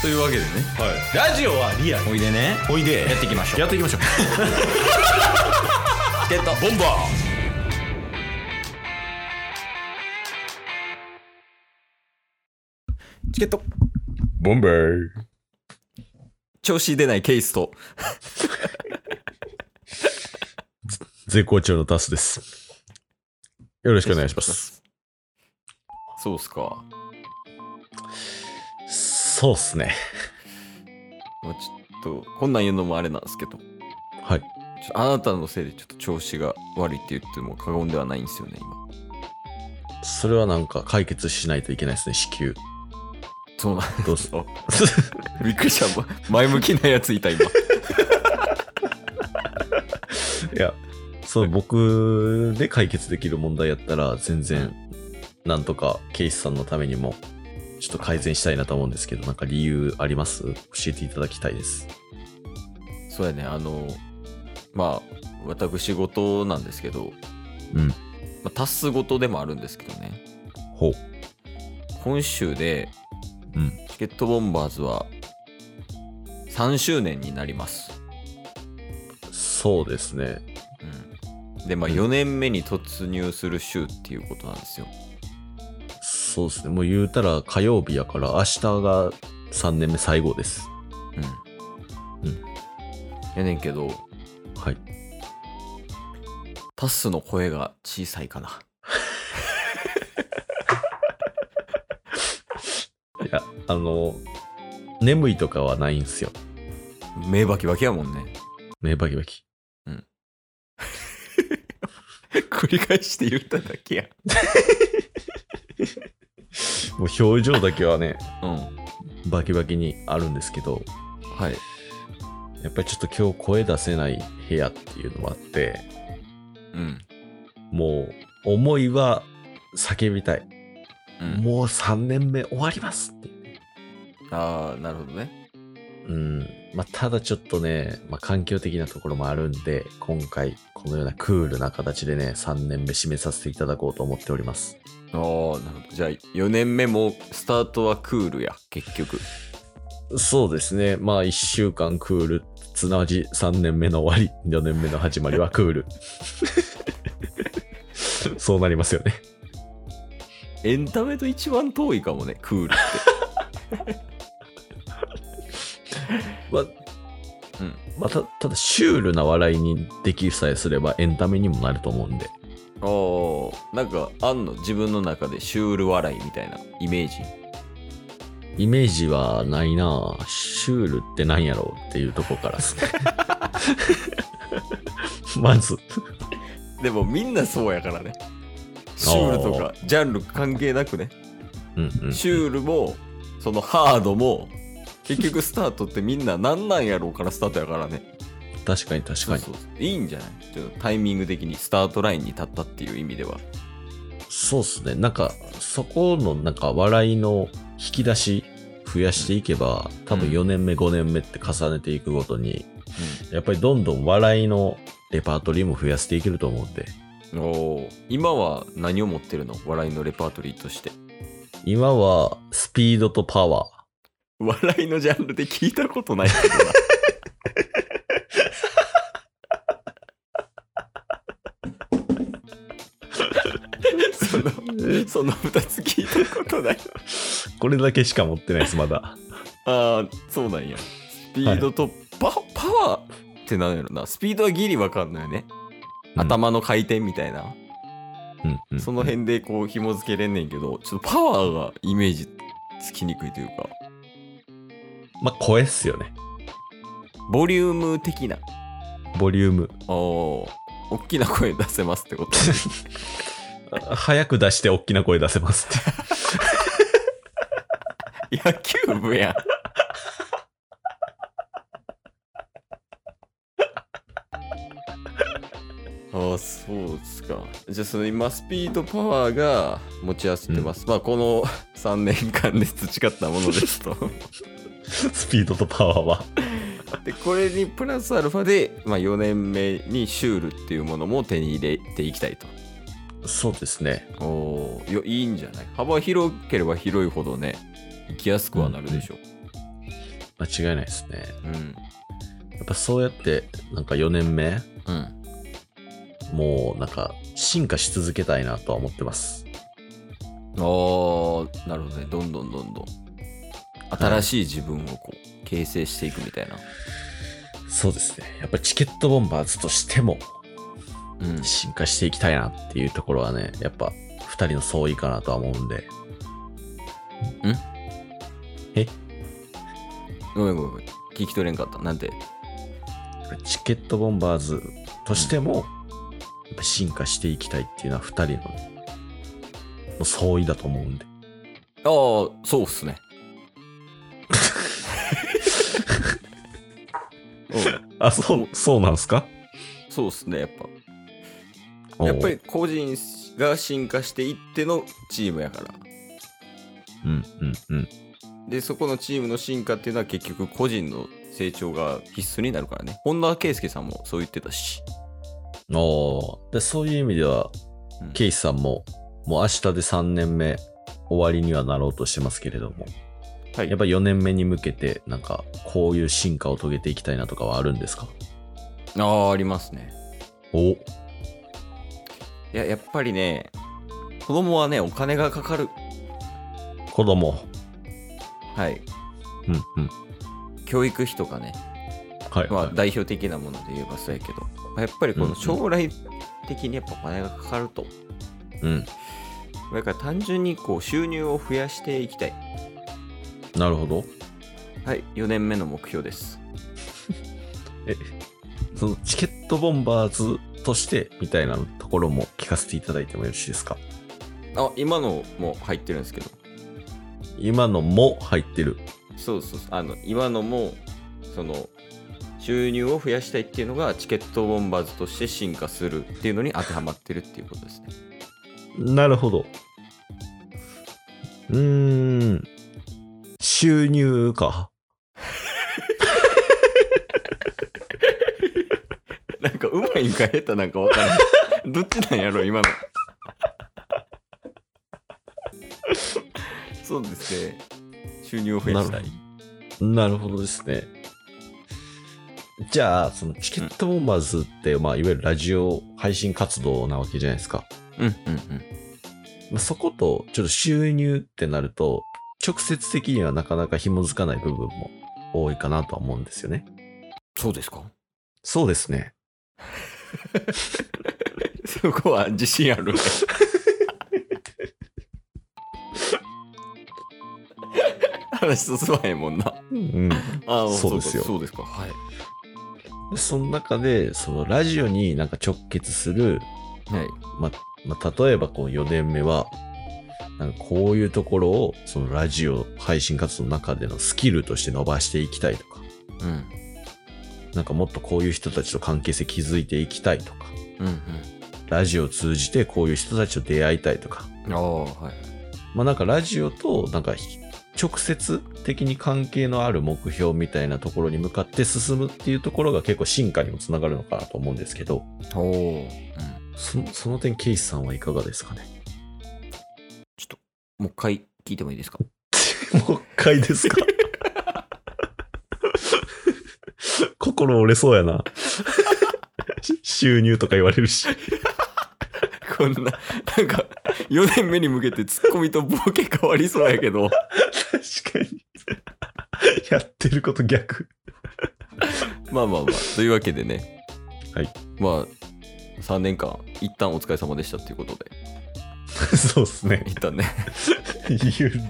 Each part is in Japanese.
というわけでねはい、ラジオはリアルおいでねおいでやっていきましょうやっていきましょうゲットボンバチケットーボンバー調子出ないケイスと絶好調のタスですよろしくお願いしますそうっすかそうっすねまあちょっとこんなん言うのもあれなんですけどちょはいっとあなたのせいでちょっと調子が悪いって言っても過言ではないんですよね今それはなんか解決しないといけないですね支給そうな どう すびっくりしたま前向きなやついた今いやそう僕で解決できる問題やったら全然なんとかケイスさんのためにもちょっと改善したいなと思うんですけどなんか理由あります教えていただきたいですそうやねあのまあ私事なんですけど、うんまあ、タス事でもあるんですけどねほう今週でうんチケットボンバーズは3周年になります、そうですねうん、でまあうん4年目に突入する週っていうことなんですよそうですね。もう言うたら火曜日やから、明日が3年目最後です。うん、うんやねんけどはい。タスの声が小さいかないや、あの、眠いとかはないんすよ。目バキバキやもんねね、バキバキ。 繰り返して言っただけやもう表情だけはね、うんバキバキにあるんですけど、はいやっぱりちょっと今日声出せない部屋っていうのもあって、うん、もう思いは叫びたい。うん、もう3年目終わりますっていう。ああなるほどねうん。まあ、ただちょっとね、まあ、環境的なところもあるんで、今回、このようなクールな形でね、3年目締めさせていただこうと思っております。ああなるほどじゃあ4年目もスタートはクールや結局そうですね。まあ、1週間クール、すなわち3年目の終わり、4年目の始まりはクー ル。そうなりますよね。エンタメと一番遠いかもねクールって まあ、うんまあた、ただ、シュールな笑いにできさえすれば、エンタメにもなると思うんで。おーなんかあんの自分の中でシュール笑いみたいなイメージイメージはないなぁシュールってなんやろうっていうとこから ですね。まず。でもみんなそうやからねシュールとかジャンル関係なくねうんうん、シュールもそのハードも結局スタートってみんな何なんやろうからスタートやからね確かに確かに。そうそういいんじゃないちょっとタイミング的にスタートラインに立ったっていう意味ではそうっすね。なんか、そこのなんか笑いの引き出し増やしていけば、多分うん4年目、5年目って重ねていくごとに、やっぱりどんどん笑いのレパートリーも増やしていけると思うんで、うんおー今は何を持ってるの笑いのレパートリーとして今はスピードとパワー。笑いのジャンルで聞いたことないけどなそのその2つ聞いたことないこれだけしか持ってないです、まだ。ああそうなんやスピードとパ,、パワーってなんやろなスピードはギリわかんないよね、うん頭の回転みたいなうんうん、その辺でこう紐付けれんねんけどちょっとパワーがイメージつきにくいというかまあ、声っすよね。ボリューム的なボリューム。おー大きな声出せますってこと早く出して大きな声出せますって。野球部やんああそうですかじゃあその今スピードパワーが持ち合わせてます、まあこの 3年間で培ったものですと スピードとパワーは。でこれにプラスアルファで、まあ、4年目にシュールっていうものも手に入れていきたいとそうですね。おーよいいんじゃない幅広ければ広いほどね行きやすくはなるでしょう、間違いないですね。うん。やっぱそうやって、なんか4年目、うん。もうなんか進化し続けたいなとは思ってます。おー、なるほどね。どんどんどんどん。新しい自分をこう、形成していくみたいな。そうですね。やっぱチケットボンバーズとしてもうん。進化していきたいなっていうところはね、やっぱ2人の相違かなとは思うんで。ごめんごめんごめん。聞き取れんかった。なんて。チケットボンバーズとしても、やっぱ進化していきたいっていうのは2人のね、もう相違だと思うんで。ああ、そうっす ね。うんあ、そう、そうなんすかそうっすね、やっぱ。やっぱり、個人が進化していってのチームやから。おーうんうんうん。で、そこのチームの進化っていうのは結局個人の成長が必須になるからね。本田圭佑さんもそう言ってたし。おーでそういう意味では、うんケイシさんも、もう明日で3年目終わりにはなろうとしてますけれども、はいやっぱ4年目に向けて、なんか、こういう進化を遂げていきたいなとかはあるんですかああ、ありますね。おいや、やっぱりね、子供はね、お金がかかる。子供。はい。うんうん。教育費とかね、はい、まあはい代表的なもので言えばそうやけど、まあやっぱりこの将来的にやっぱお金がかかると。うん。だから単純にこう収入を増やしていきたい。なるほど。はい、4年目の目標です。そのチケットボンバーズとしてみたいなところも聞かせていただいてもよろしいですかあ、今のも入ってるんですけど、今のも入ってる。そうそうそうあの今のもその収入を増やしたいっていうのがチケットボンバーズとして進化するっていうのに当てはまってるっていうことですね。なるほど。うーん。収入か。 なんかうまいんか下手なんかわからない。 どっちなんやろ今の。そうですね。収入を増やしたいな。なるほどですね。じゃあ、そのチケットボンバーズって、まあ、いわゆるラジオ配信活動なわけじゃないですか。うんうんまあそこと、ちょっと収入ってなると、直接的にはなかなか紐づかない部分も多いかなとは思うんですよね。そうですかそうですね。 そこは自信あ る。話進まへんもんな。うん。あそうですよそうですか。はい。その中で、そのラジオになんか直結する、はい。まあ、まあ、例えばこの4年目は、なんかこういうところを、そのラジオ配信活動の中でのスキルとして伸ばしていきたいとか、うん。なんかもっとこういう人たちと関係性築いていきたいとか、うんうん。ラジオを通じてこういう人たちと出会いたいとか、ああ、はい。まあなんかラジオとなんかひ直接的に関係のある目標みたいなところに向かって進むっていうところが結構進化にもつながるのかなと思うんですけど、おお、うん。そのその点ケイスさんはいかがですかねもう一回聞いてもいいですかもう一回ですか 心折れそうやな。収入とか言われるし。 こんな、なんか、4年目に向けてツッコミとボケ変わりそうやけど。確かに。やってること逆。 まあまあまあ、というわけでね。はい。まあ、3年間、一旦お疲れ様でしたっていうことで。そうですね。一 旦ね。ゆる。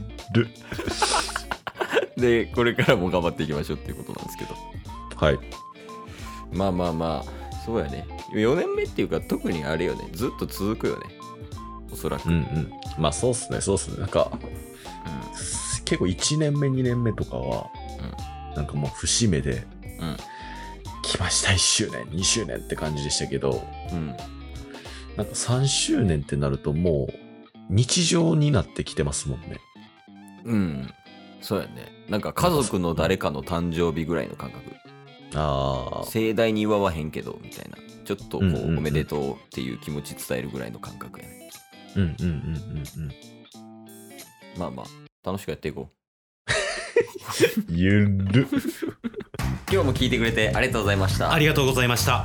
で、これからも頑張っていきましょうっていうことなんですけど。はい。まあまあまあ、そうやね。4年目っていうか、特にあれよね。ずっと続くよね。おそらく。うんうん。まあそうっすね、そうっすね。なんか、結構1年目、2年目とかは、なんかもう節目で、うん来ました、1周年、2周年って感じでしたけど、うん。うん。なんか3周年ってなるともう、日常になってきてますもんね。うん。そうやね。なんか家族の誰かの誕生日ぐらいの感覚。ああ、盛大に祝わへんけど、みたいな。ちょっとこうんうんうんう、おめでとうっていう気持ち伝えるぐらいの感覚やね。うんうんうんうんうん。まあまあ、楽しくやっていこゆる。今日も聞いてくれてありがとうございましたありがとうございました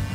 す